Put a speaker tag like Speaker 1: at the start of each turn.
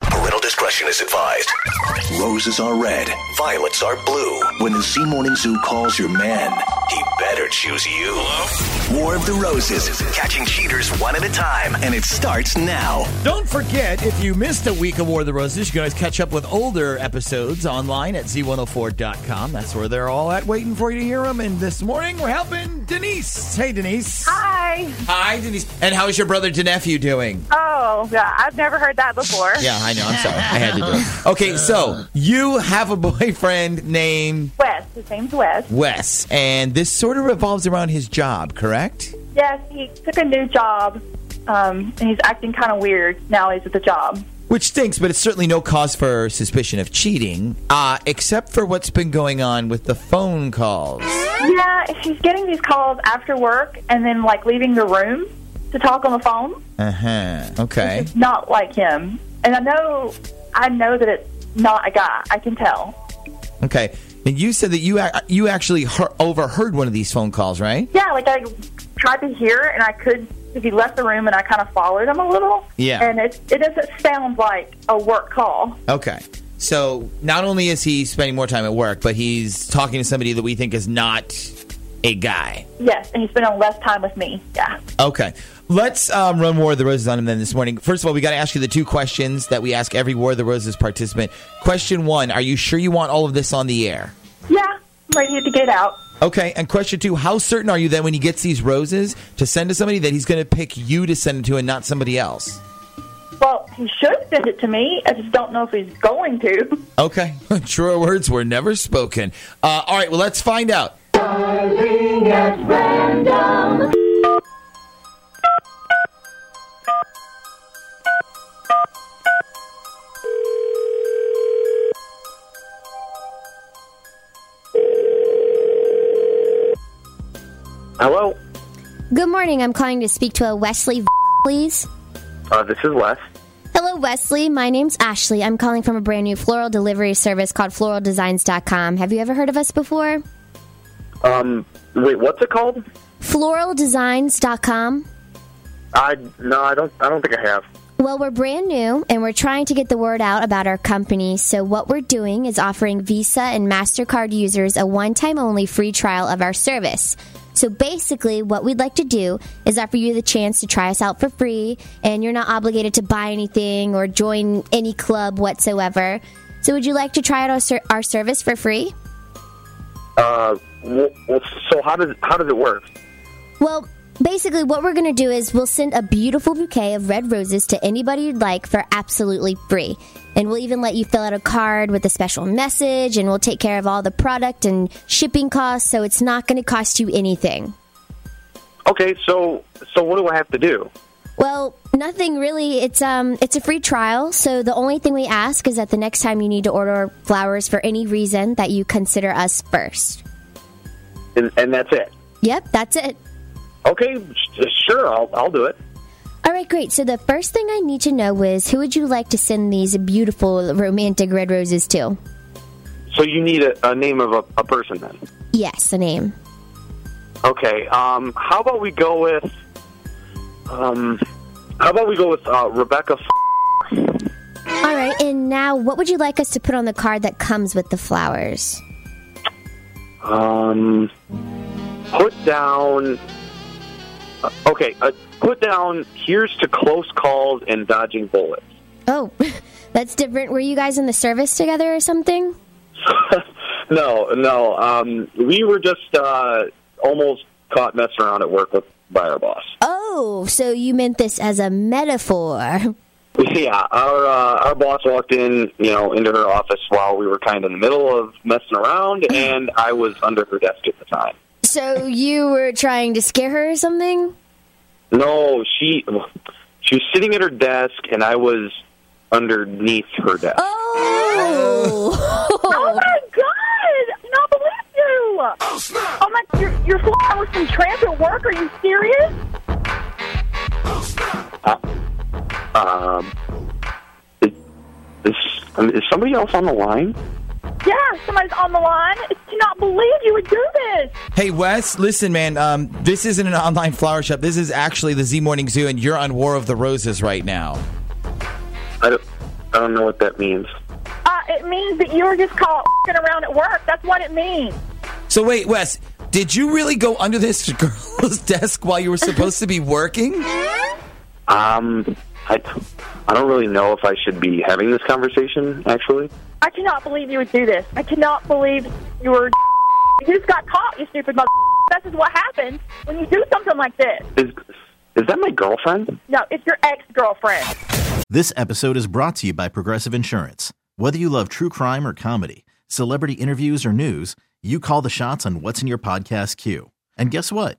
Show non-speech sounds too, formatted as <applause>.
Speaker 1: Parental discretion is advised. Roses are red, violets are blue. When the Sea Morning Zoo calls your man, he better choose you. War of the Roses, catching cheaters one at a time, and it starts now.
Speaker 2: Don't forget, if you missed a week of War of the Roses, you can always catch up with older episodes online at z104.com. That's where they're all at, waiting for you to hear them. And this morning, we're helping Denise. Hey, Denise.
Speaker 3: Hi.
Speaker 2: Hi, Denise. And how is your brother Denephew doing?
Speaker 3: Oh, yeah. I've never heard that before.
Speaker 2: Yeah, I know. I'm sorry. I had to do it. <laughs> Okay, so you have a boyfriend named
Speaker 3: Wes. His name's Wes.
Speaker 2: Wes, and this sort of revolves around his job, correct?
Speaker 3: Yes, he took a new job, um, and he's acting kind of weird now he's at the job.
Speaker 2: Which stinks, but it's certainly no cause for suspicion of cheating, uh, except for what's been going on with the phone calls.
Speaker 3: Yeah, he's getting these calls after work and then, like, leaving the room to talk on the phone.
Speaker 2: Uh huh. Okay.
Speaker 3: It's not like him. And I know, I know that it's not a guy. I can tell.
Speaker 2: Okay. And you said that you ac- you actually hear- overheard one of these phone calls, right?
Speaker 3: Yeah, like, I tried to hear, and I could, if he left the room, and I kind of followed him a little.
Speaker 2: Yeah.
Speaker 3: And it, it doesn't sound like a work call.
Speaker 2: Okay. So not only is he spending more time at work, but he's talking to somebody that we think is not a guy.
Speaker 3: Yes, and he's been on less time with me. Yeah.
Speaker 2: Okay. Let's um, run War of the Roses on him then this morning. First of all, we got to ask you the two questions that we ask every War of the Roses participant. Question one Are you sure you want all of this on the air?
Speaker 3: Yeah, I'm ready to get out.
Speaker 2: Okay. And question two How certain are you then when he gets these roses to send to somebody that he's going to pick you to send it to and not somebody else?
Speaker 3: Well, he should send it to me. I just don't know if he's going to. Oh
Speaker 2: Okay. <laughs> Truer words were never spoken. Uh, all right. Well, let's find out.
Speaker 4: Hello,
Speaker 5: Good morning. I'm calling to speak to a Wesley, please.
Speaker 4: uh, this is Wes.
Speaker 5: Hello, Wesley. My name's Ashley. I'm calling from a brand new floral delivery service called floraldesigns.com. Have you ever heard of us before?
Speaker 4: Um, wait, what's it called?
Speaker 5: Floraldesigns.com.
Speaker 4: I no, I don't. I don't think I have.
Speaker 5: Well, we're brand new and we're trying to get the word out about our company. So, what we're doing is offering Visa and MasterCard users a one time only free trial of our service. So, basically, what we'd like to do is offer you the chance to try us out for free, and you're not obligated to buy anything or join any club whatsoever. So, would you like to try out our, ser- our service for free?
Speaker 4: Uh, well, well, so how does how does it work?
Speaker 5: Well, basically, what we're going to do is we'll send a beautiful bouquet of red roses to anybody you'd like for absolutely free. And we'll even let you fill out a card with a special message, and we'll take care of all the product and shipping costs, so it's not going to cost you anything.
Speaker 4: Okay, so so what do I have to do?
Speaker 5: Well, nothing really. It's um it's a free trial, so the only thing we ask is that the next time you need to order flowers for any reason that you consider us first.
Speaker 4: And, and that's it.
Speaker 5: Yep, that's it.
Speaker 4: Okay, s- sure, I'll I'll do it.
Speaker 5: All right, great. So the first thing I need to know is who would you like to send these beautiful romantic red roses to?
Speaker 4: So you need a, a name of a, a person then.
Speaker 5: Yes, a name.
Speaker 4: Okay. Um, how about we go with um, how about we go with uh, Rebecca? F-
Speaker 5: All right, and now what would you like us to put on the card that comes with the flowers?
Speaker 4: Um, put down. uh, okay, uh, put down. Here's to close calls and dodging bullets. <laughs>
Speaker 5: Oh, <laughs> that's different. Were you guys in the service together or something?
Speaker 4: no, no. Um, we were just uh, almost caught messing around at work with by our boss. <laughs>
Speaker 5: Oh, so you meant this as a metaphor. <laughs>
Speaker 4: Yeah, our uh, our boss walked in, you know, into her office while we were kind of in the middle of messing around, and I was under her desk at the time.
Speaker 5: So you were trying to scare her or something?
Speaker 4: No, she she was sitting at her desk, and I was underneath her desk.
Speaker 5: <laughs>
Speaker 3: Oh
Speaker 5: Oh.
Speaker 3: my god! No, I believe you. Oh snap! Oh my, you're, you're four hours from transit work. Are you serious?
Speaker 4: Um, is, is, um, is somebody else on the line?
Speaker 3: Yeah, somebody's on the line. I cannot believe you would do this.
Speaker 2: Hey Wes, listen, man. Um, this isn't an online flower shop. This is actually the Z Morning Zoo, and you're on War of the Roses right now.
Speaker 4: I don't, I don't know what that means.
Speaker 3: Uh, it means that you were just caught f***ing around at work. That's what it means.
Speaker 2: So wait, Wes, did you really go under this <laughs> girl's desk while you were supposed to be working?
Speaker 4: Um, I, I don't really know if I should be having this conversation, actually.
Speaker 3: I cannot believe you would do this. I cannot believe you were. <laughs> You just got caught, you stupid mother. This is what happens when you do something like this.
Speaker 4: Is, is that my girlfriend?
Speaker 3: No, it's your ex-girlfriend.
Speaker 6: This episode is brought to you by Progressive Insurance. Whether you love true crime or comedy, celebrity interviews or news, you call the shots on what's in your podcast queue. And guess what?